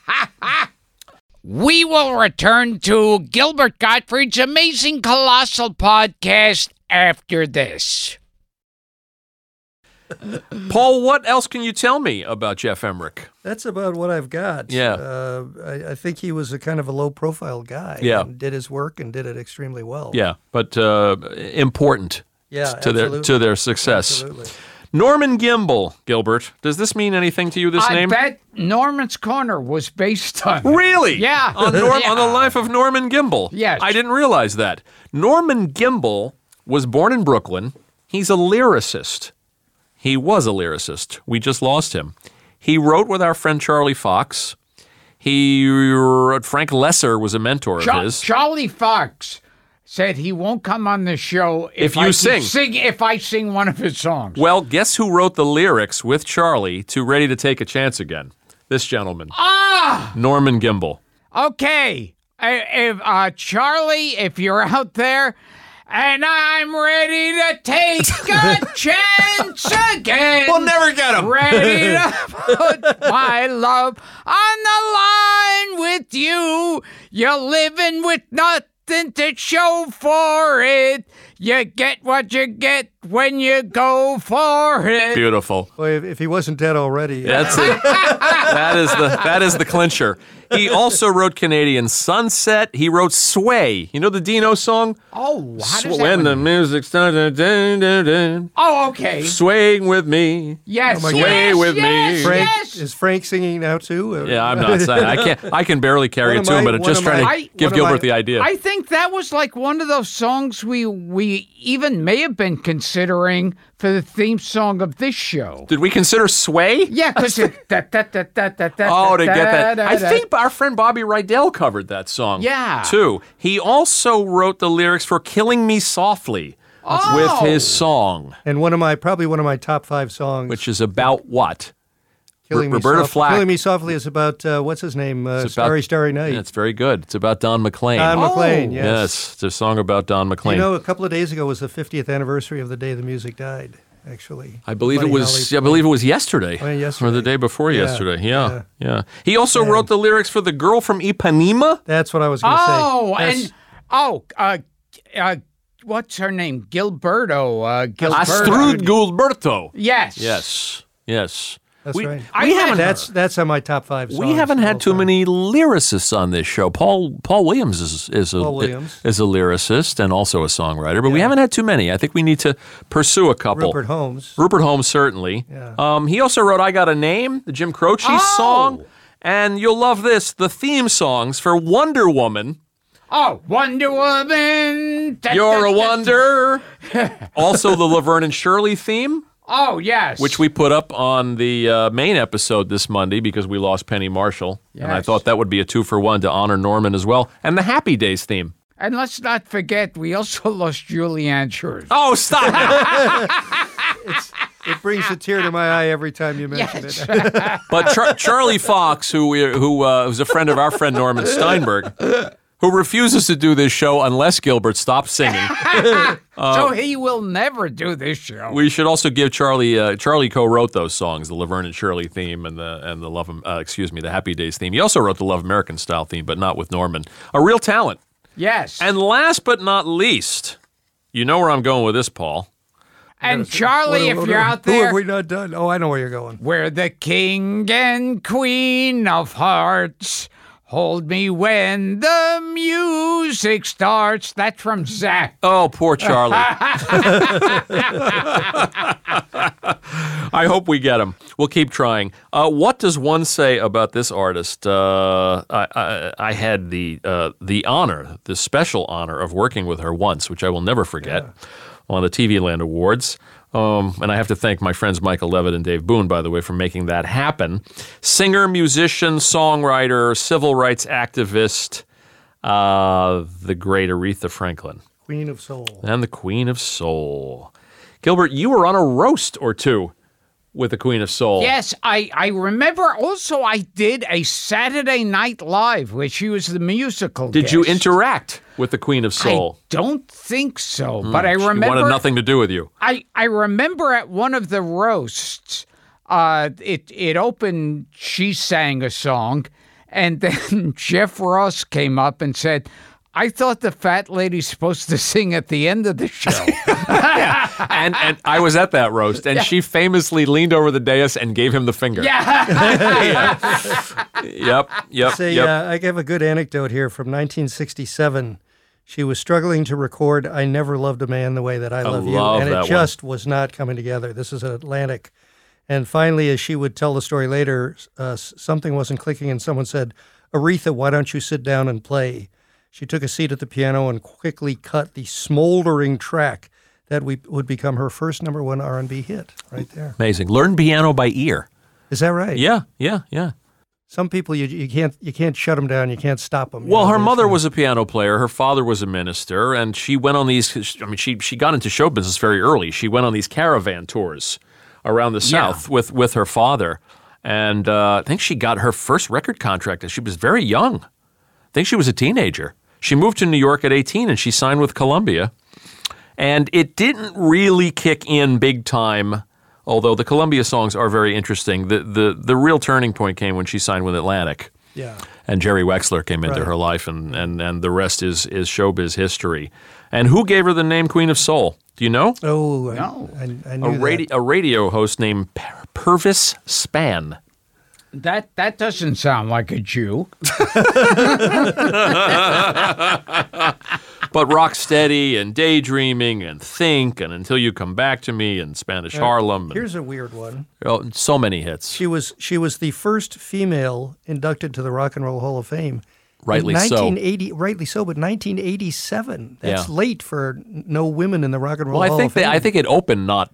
[SPEAKER 1] We will return to Gilbert Gottfried's amazing colossal podcast after this.
[SPEAKER 2] Paul, what else can you tell me about Jeff Emmerich?
[SPEAKER 3] That's about what I've got.
[SPEAKER 2] Yeah.
[SPEAKER 3] Uh, I, I think he was a kind of a low profile guy.
[SPEAKER 2] Yeah.
[SPEAKER 3] and did his work and did it extremely well.
[SPEAKER 2] Yeah, but uh, important
[SPEAKER 3] Yeah.
[SPEAKER 2] to their
[SPEAKER 3] absolutely.
[SPEAKER 2] to their success.
[SPEAKER 3] Absolutely.
[SPEAKER 2] Norman Gimbel, Gilbert. Does this mean anything to you? This
[SPEAKER 1] I
[SPEAKER 2] name?
[SPEAKER 1] bet Norman's Corner was based on.
[SPEAKER 2] Really?
[SPEAKER 1] Yeah.
[SPEAKER 2] On, Nor-
[SPEAKER 1] Yeah.
[SPEAKER 2] on the life of Norman Gimbel.
[SPEAKER 1] Yes.
[SPEAKER 2] I didn't realize that. Norman Gimbel was born in Brooklyn. He's a lyricist. He was a lyricist. We just lost him. He wrote with our friend Charlie Fox. He wrote, Frank Lesser was a mentor
[SPEAKER 1] Cho-
[SPEAKER 2] of his.
[SPEAKER 1] Charlie Fox said he won't come on the show if,
[SPEAKER 2] If you
[SPEAKER 1] I can
[SPEAKER 2] sing.
[SPEAKER 1] If I sing one of his songs.
[SPEAKER 2] well, guess who wrote the lyrics with Charlie to Ready to Take a Chance Again? This gentleman,
[SPEAKER 1] Ah,
[SPEAKER 2] Norman Gimbel.
[SPEAKER 1] okay. I- If uh, Charlie, if you're out there, and I'm ready to take a chance again.
[SPEAKER 2] never get him.
[SPEAKER 1] ready to put my love on the line with you. You're living with nothing to show for it. You get what you get when you go for it.
[SPEAKER 2] Beautiful.
[SPEAKER 3] Boy, if, if he wasn't dead already, uh,
[SPEAKER 2] That's it. that is the that is the clincher. He also wrote Canadian Sunset. He wrote Sway. You know the Dino song?
[SPEAKER 1] Oh, how does
[SPEAKER 2] Sw-
[SPEAKER 1] that
[SPEAKER 2] when the
[SPEAKER 1] one-
[SPEAKER 2] music started, dun, dun, dun,
[SPEAKER 1] Oh, okay.
[SPEAKER 2] swaying with me.
[SPEAKER 1] Yes,
[SPEAKER 3] my
[SPEAKER 1] yes,
[SPEAKER 2] God. Sway with me.
[SPEAKER 1] yes,
[SPEAKER 3] Frank
[SPEAKER 1] yes.
[SPEAKER 3] is Frank singing now too? Uh,
[SPEAKER 2] Yeah, I'm not saying I can't. I can barely carry
[SPEAKER 3] One
[SPEAKER 2] it
[SPEAKER 3] of
[SPEAKER 2] to him,
[SPEAKER 3] my-
[SPEAKER 2] but I'm
[SPEAKER 3] one
[SPEAKER 2] just
[SPEAKER 3] of
[SPEAKER 2] trying
[SPEAKER 3] my-
[SPEAKER 2] to give
[SPEAKER 3] one of my-
[SPEAKER 2] Gilbert the idea.
[SPEAKER 1] I think that was like one of those songs we we even may have been considering for the theme song of this show.
[SPEAKER 2] Did we consider Sway?
[SPEAKER 1] Yeah, because that that that that that that.
[SPEAKER 2] Oh, to
[SPEAKER 1] da,
[SPEAKER 2] get that.
[SPEAKER 1] da,
[SPEAKER 2] I
[SPEAKER 1] da.
[SPEAKER 2] think our friend Bobby Rydell covered that song.
[SPEAKER 1] Yeah.
[SPEAKER 2] Too. He also wrote the lyrics for Killing Me Softly
[SPEAKER 1] Oh.
[SPEAKER 2] with his song,
[SPEAKER 3] And one of my probably one of my top five songs,
[SPEAKER 2] which is about what?
[SPEAKER 3] Killing Me
[SPEAKER 2] Roberta
[SPEAKER 3] Softly-
[SPEAKER 2] Flack.
[SPEAKER 3] Killing Me Softly is about uh, what's his name? Uh,
[SPEAKER 2] It's about-
[SPEAKER 3] Starry Starry Night.
[SPEAKER 2] Yeah, it's very good. It's about Don McLean.
[SPEAKER 3] Don McLean.
[SPEAKER 1] Oh.
[SPEAKER 3] Yes.
[SPEAKER 2] yes. it's a song about Don McLean.
[SPEAKER 3] You know, a couple of days ago was the 50th anniversary of the day the music died. Actually,
[SPEAKER 2] I believe it
[SPEAKER 3] Buddy
[SPEAKER 2] was.
[SPEAKER 3] Holly-
[SPEAKER 2] I believe it was yesterday,
[SPEAKER 3] Oh, yeah,
[SPEAKER 2] or the
[SPEAKER 3] yesterday.
[SPEAKER 2] day before
[SPEAKER 3] Yeah,
[SPEAKER 2] yesterday. Yeah, yeah. He also wrote the lyrics for the girl from Ipanema.
[SPEAKER 3] That's what I was going to
[SPEAKER 1] Oh,
[SPEAKER 3] say. Yes.
[SPEAKER 1] and oh, uh, uh, what's her name? Gilberto. Uh,
[SPEAKER 2] Astrud
[SPEAKER 1] Gilberto.
[SPEAKER 2] Gilberto.
[SPEAKER 1] Yes.
[SPEAKER 2] Yes, yes.
[SPEAKER 3] That's
[SPEAKER 2] we,
[SPEAKER 3] right.
[SPEAKER 1] I
[SPEAKER 2] we
[SPEAKER 1] had
[SPEAKER 2] haven't.
[SPEAKER 3] that's that's on my top five.
[SPEAKER 2] we
[SPEAKER 3] songs
[SPEAKER 2] haven't
[SPEAKER 3] of all
[SPEAKER 2] had too
[SPEAKER 3] time.
[SPEAKER 2] many lyricists on this show. Paul Paul Williams is is a
[SPEAKER 3] Paul Williams.
[SPEAKER 2] is a lyricist and also a songwriter, but we haven't had too many. I think we need to pursue a couple.
[SPEAKER 3] Rupert Holmes.
[SPEAKER 2] Rupert Holmes certainly.
[SPEAKER 3] Yeah.
[SPEAKER 2] Um, he also wrote "I Got a Name," the Jim Croce
[SPEAKER 1] Oh!
[SPEAKER 2] song, and you'll love this: the theme songs for Wonder Woman.
[SPEAKER 1] Oh, Wonder Woman. Da,
[SPEAKER 2] You're
[SPEAKER 1] da,
[SPEAKER 2] a
[SPEAKER 1] da.
[SPEAKER 2] wonder. also, the Laverne and Shirley theme,
[SPEAKER 1] Oh, yes.
[SPEAKER 2] which we put up on the uh, main episode this Monday because we lost Penny Marshall, and I
[SPEAKER 1] Yes.
[SPEAKER 2] thought that would be a two for one to honor Norman as well, and the Happy Days theme.
[SPEAKER 1] And let's not forget, we also lost Julianne Church.
[SPEAKER 2] Oh, stop! it.
[SPEAKER 3] It brings a tear to my eye every time you mention
[SPEAKER 1] Yes.
[SPEAKER 3] it.
[SPEAKER 2] But Char- Charlie Fox, who we, who uh, was a friend of our friend Norman Steinberg, who refuses to do this show unless Gilbert stops singing.
[SPEAKER 1] so he will never do this show.
[SPEAKER 2] Uh, We should also give Charlie. Uh, Charlie co-wrote those songs, the Laverne and Shirley theme, and the and the Love. Am- Uh, excuse me, the Happy Days theme. He also wrote the Love American Style theme, but not with Norman. A real talent.
[SPEAKER 1] yes.
[SPEAKER 2] And last but not least, you know where I'm going with this, Paul.
[SPEAKER 1] and Charlie,
[SPEAKER 3] What-
[SPEAKER 1] if
[SPEAKER 3] what-
[SPEAKER 1] you're out
[SPEAKER 3] who
[SPEAKER 1] there,
[SPEAKER 3] have we not done? Oh, I know where you're going.
[SPEAKER 1] We're the king and queen of hearts. Hold me when the music starts. That's from Zach.
[SPEAKER 2] Oh, poor Charlie. I hope we get him. We'll keep trying. Uh, what does one say about this artist? Uh, I, I, I had the uh, the honor, the special honor of working with her once, which I will never forget. on the TV Land Awards. Um, and I have to thank my friends Michael Levitt and Dave Boone, by the way, for making that happen. Singer, musician, songwriter, civil rights activist, uh, the great Aretha Franklin,
[SPEAKER 3] Queen of Soul.
[SPEAKER 2] and the Queen of Soul. Gilbert, you were on a roast or two with the Queen of Soul.
[SPEAKER 1] Yes, I, I remember also I did a Saturday Night Live where she was the musical.
[SPEAKER 2] Did you
[SPEAKER 1] guest.
[SPEAKER 2] interact with the Queen of Soul?
[SPEAKER 1] I don't think so, but I
[SPEAKER 2] She
[SPEAKER 1] remember
[SPEAKER 2] hmm, wanted nothing to do with you.
[SPEAKER 1] I, I remember at one of the roasts, uh, it it opened. She sang a song, and then Jeff Ross came up and said, "I thought the fat lady's supposed to sing at the end of the show."
[SPEAKER 2] and and I was at that roast, and she famously leaned over the dais and gave him the finger.
[SPEAKER 1] yeah,
[SPEAKER 2] Yep. Yep.
[SPEAKER 3] Say,
[SPEAKER 2] yep.
[SPEAKER 3] uh, I have a good anecdote here from 1967. She was struggling to record "I Never Loved a Man the Way That I
[SPEAKER 2] love
[SPEAKER 3] Love, You," and
[SPEAKER 2] that one.
[SPEAKER 3] it just was not coming together. This is at Atlantic, and finally, as she would tell the story later, uh, s- something wasn't clicking, and someone said, "Aretha, why don't you sit down and play?" She took a seat at the piano and quickly cut the smoldering track that we, would become her first number one R&B hit. Right there,
[SPEAKER 2] Amazing. Learn piano by ear.
[SPEAKER 3] is that right?
[SPEAKER 2] Yeah. Yeah. Yeah.
[SPEAKER 3] Some people you, you can't you can't shut them down. You can't stop them.
[SPEAKER 2] Well, her mother was a piano player. Her father was a minister, and she went on these. I mean, she she got into show business very early. She went on these caravan tours around the South with with her father, and uh, I think she got her first record contract as she was very young. I think she was a teenager. She moved to New York at 18, and she signed with Columbia. And it didn't really kick in big time, although the Columbia songs are very interesting. The the the real turning point came when she signed with Atlantic
[SPEAKER 3] yeah.
[SPEAKER 2] and Jerry Wexler came into
[SPEAKER 3] Right.
[SPEAKER 2] her life, and, and, and the rest is, is showbiz history. And who gave her the name Queen of Soul? Do you know?
[SPEAKER 3] Oh, I-
[SPEAKER 1] No.
[SPEAKER 3] I, I, knew
[SPEAKER 2] A,
[SPEAKER 3] that.
[SPEAKER 2] radi- a radio host named Per- Purvis Spann.
[SPEAKER 1] that that doesn't sound like a Jew.
[SPEAKER 2] But rock steady and daydreaming and think and until you come back to me and Spanish Harlem. And,
[SPEAKER 3] Here's a weird one.
[SPEAKER 2] oh, so many hits.
[SPEAKER 3] She was she was the first female inducted to the Rock and Roll Hall of Fame.
[SPEAKER 2] Rightly
[SPEAKER 3] in
[SPEAKER 2] so.
[SPEAKER 3] 1980, Rightly so, but 1987. That's
[SPEAKER 2] Yeah.
[SPEAKER 3] late for n- no women in the Rock and Roll
[SPEAKER 2] Well, I
[SPEAKER 3] Hall
[SPEAKER 2] think
[SPEAKER 3] of
[SPEAKER 2] they,
[SPEAKER 3] Fame.
[SPEAKER 2] I think it opened not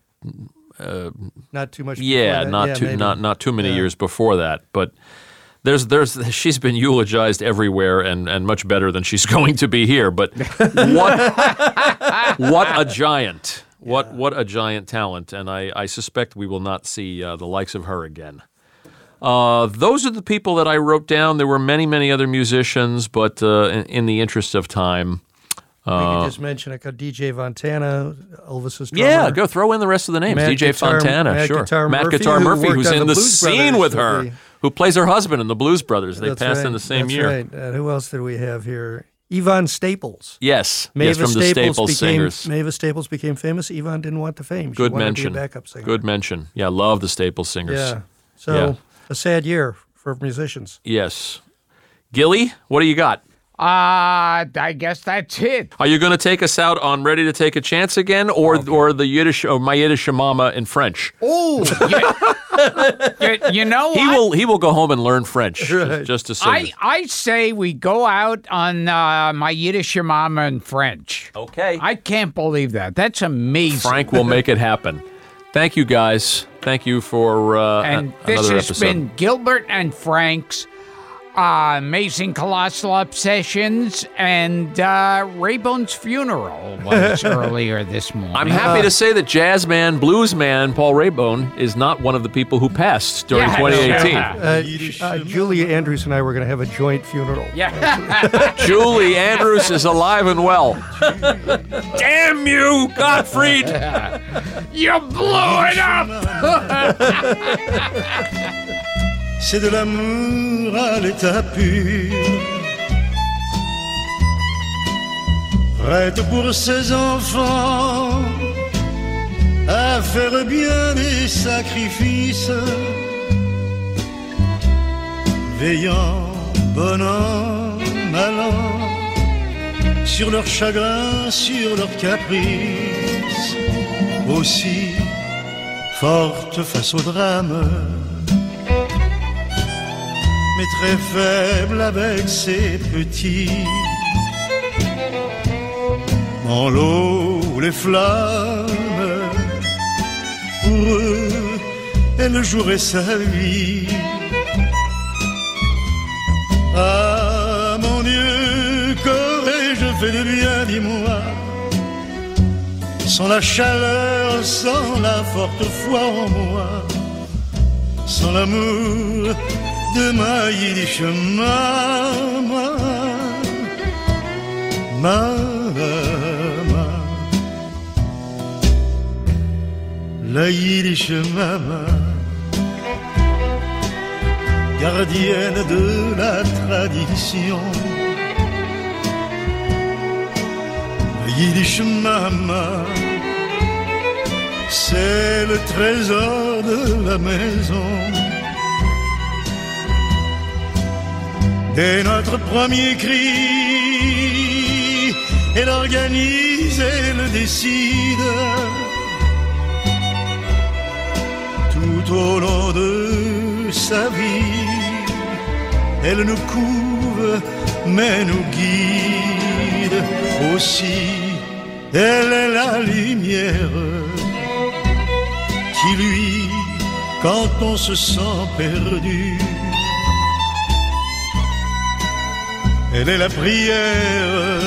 [SPEAKER 3] not too much. before
[SPEAKER 2] Yeah,
[SPEAKER 3] that.
[SPEAKER 2] not
[SPEAKER 3] yeah,
[SPEAKER 2] too
[SPEAKER 3] maybe.
[SPEAKER 2] not not too many years before that, but there's there's she's been eulogized everywhere and and much better than she's going to be here, but what what a giant. What what a giant talent and I I suspect we will not see uh, the likes of her again. Uh, those are the people that I wrote down. There were many, many other musicians, but uh, in, in the interest of time,
[SPEAKER 3] we could just mention a DJ Fontana, Elvis's drummer.
[SPEAKER 2] uh, yeah, go throw in the rest of the names.
[SPEAKER 3] Matt
[SPEAKER 2] DJ
[SPEAKER 3] Guitar-
[SPEAKER 2] Fontana,
[SPEAKER 3] Matt
[SPEAKER 2] sure.
[SPEAKER 3] Guitar
[SPEAKER 2] Matt
[SPEAKER 3] Murphy,
[SPEAKER 2] Guitar
[SPEAKER 3] who
[SPEAKER 2] Murphy,
[SPEAKER 3] worked
[SPEAKER 2] who's
[SPEAKER 3] on
[SPEAKER 2] in the,
[SPEAKER 3] the Blues
[SPEAKER 2] scene
[SPEAKER 3] Brothers
[SPEAKER 2] with
[SPEAKER 3] with
[SPEAKER 2] her,
[SPEAKER 3] the-
[SPEAKER 2] who plays her husband in the Blues Brothers. They
[SPEAKER 3] That's
[SPEAKER 2] passed
[SPEAKER 3] right,
[SPEAKER 2] in the same
[SPEAKER 3] that's
[SPEAKER 2] year.
[SPEAKER 3] Right. And who else did we have here? Yvonne Staples.
[SPEAKER 2] Yes, yes,
[SPEAKER 3] Mavis
[SPEAKER 2] from the
[SPEAKER 3] Staples
[SPEAKER 2] Staples
[SPEAKER 3] became,
[SPEAKER 2] Singers.
[SPEAKER 3] Mavis Staples became famous. Yvonne didn't want the fame. She
[SPEAKER 2] Good
[SPEAKER 3] wanted
[SPEAKER 2] mention.
[SPEAKER 3] To be a backup singer.
[SPEAKER 2] Good mention. Yeah, love the Staples Singers.
[SPEAKER 3] Yeah. So
[SPEAKER 2] Yeah.
[SPEAKER 3] a sad year for musicians.
[SPEAKER 2] Yes. Gilly, what do you got?
[SPEAKER 1] Uh, I guess that's it.
[SPEAKER 2] Are you going to take us out on "Ready to Take a Chance" again, or
[SPEAKER 3] Oh,
[SPEAKER 2] or the Yiddish, or my Yiddish mama in French?
[SPEAKER 1] Oh, you, you know
[SPEAKER 2] He
[SPEAKER 1] what?
[SPEAKER 2] will he will go home and learn French just,
[SPEAKER 3] Right.
[SPEAKER 2] just to say.
[SPEAKER 1] I, I say we go out on uh, my Yiddish mama in French.
[SPEAKER 2] okay.
[SPEAKER 1] I can't believe that. That's amazing.
[SPEAKER 2] Frank will make it happen. Thank you guys. Thank you for uh, a-
[SPEAKER 1] and this
[SPEAKER 2] another
[SPEAKER 1] has
[SPEAKER 2] episode.
[SPEAKER 1] been Gilbert and Frank's uh, Amazing Colossal Obsessions and uh, Raybone's funeral was earlier this morning. Uh,
[SPEAKER 2] I'm happy to say that jazz man, blues man, Paul Raybone is not one of the people who passed during
[SPEAKER 1] Yeah,
[SPEAKER 2] 2018.
[SPEAKER 1] yeah.
[SPEAKER 3] Uh, uh, Julia Andrews and I were going to have a joint funeral.
[SPEAKER 1] Yeah.
[SPEAKER 2] Julie Andrews is alive and well. Damn you, Gottfried!
[SPEAKER 1] you blew it up!
[SPEAKER 9] C'est de l'amour à l'état pur. Prête pour ses enfants à faire bien des sacrifices, veillant, bonhomme, allant sur leur chagrin, sur leur caprice, aussi forte face au drame mais très faible avec ses petits. Dans l'eau, les flammes. Pour eux, elle jouerait sa vie. Ah mon Dieu, qu'aurais-je fait de bien, dis-moi Sans la chaleur, sans la forte foi en moi, sans l'amour de ma Yiddish maman, maman, la Yiddish maman gardienne de la tradition. Yiddish Mama, c'est le trésor de la maison. Dès notre premier cri, elle organise, elle décide tout au long de sa vie. Elle nous couve, mais nous guide aussi. Elle est la lumière qui lui, quand on se sent perdu, elle est la prière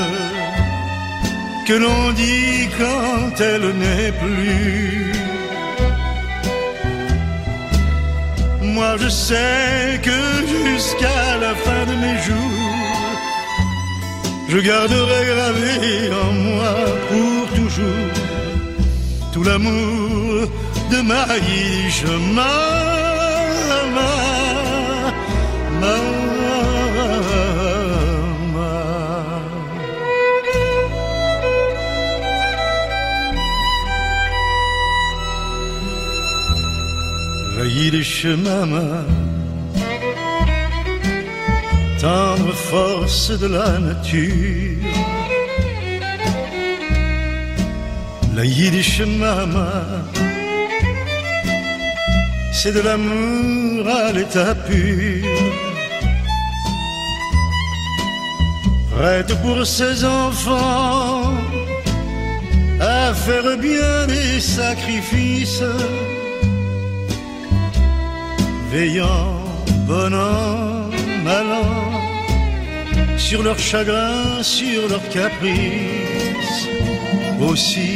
[SPEAKER 9] que l'on dit quand elle n'est plus. Moi je sais que jusqu'à la fin de mes jours, je garderai gravé en moi pour toujours tout l'amour de ma Yiddish mama, mama. La Yiddish Mama, tendre force de la nature. La Yiddish Mama, c'est de l'amour à l'état pur. Prête pour ses enfants à faire bien des sacrifices veillant, bonhomme, allant, sur leur chagrin, sur leur caprice, aussi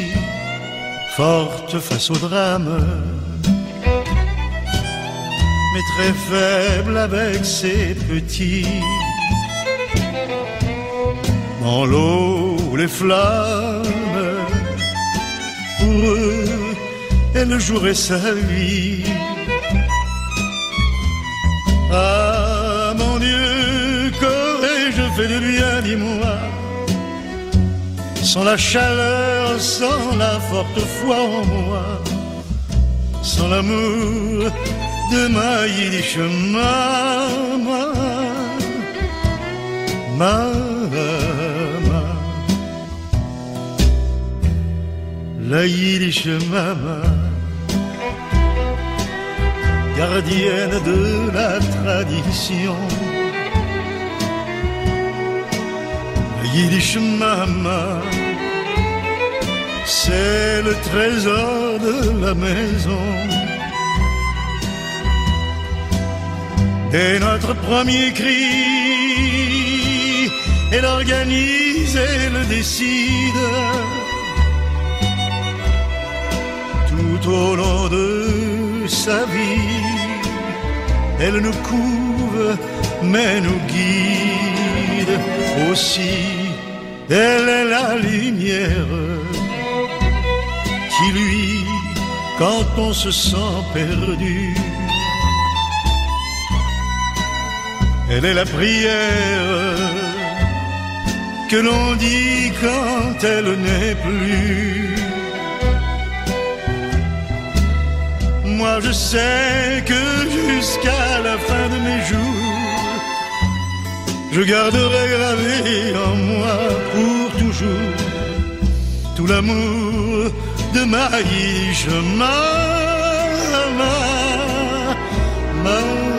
[SPEAKER 9] forte face au drame, mais très faible avec ses petits. Dans l'eau, les flammes, pour eux, elle jouerait sa vie. Ah mon Dieu, qu'aurais-je fait de bien, dis-moi Sans la chaleur, sans la forte foi en moi Sans l'amour de ma Yiddish maman Maman La Yiddish maman gardienne de la tradition. Yiddish Mama, c'est le trésor de la maison. Dès notre premier cri, elle organise, elle décide. tout au long de sa vie. Elle nous couve, mais nous guide aussi. Elle est la lumière qui lui, quand on se sent perdu. Elle est la prière que l'on dit quand elle n'est plus. Moi je sais que jusqu'à la fin de mes jours, je garderai gravé en moi pour toujours tout l'amour de ma vie. Je m'aime, m'aime.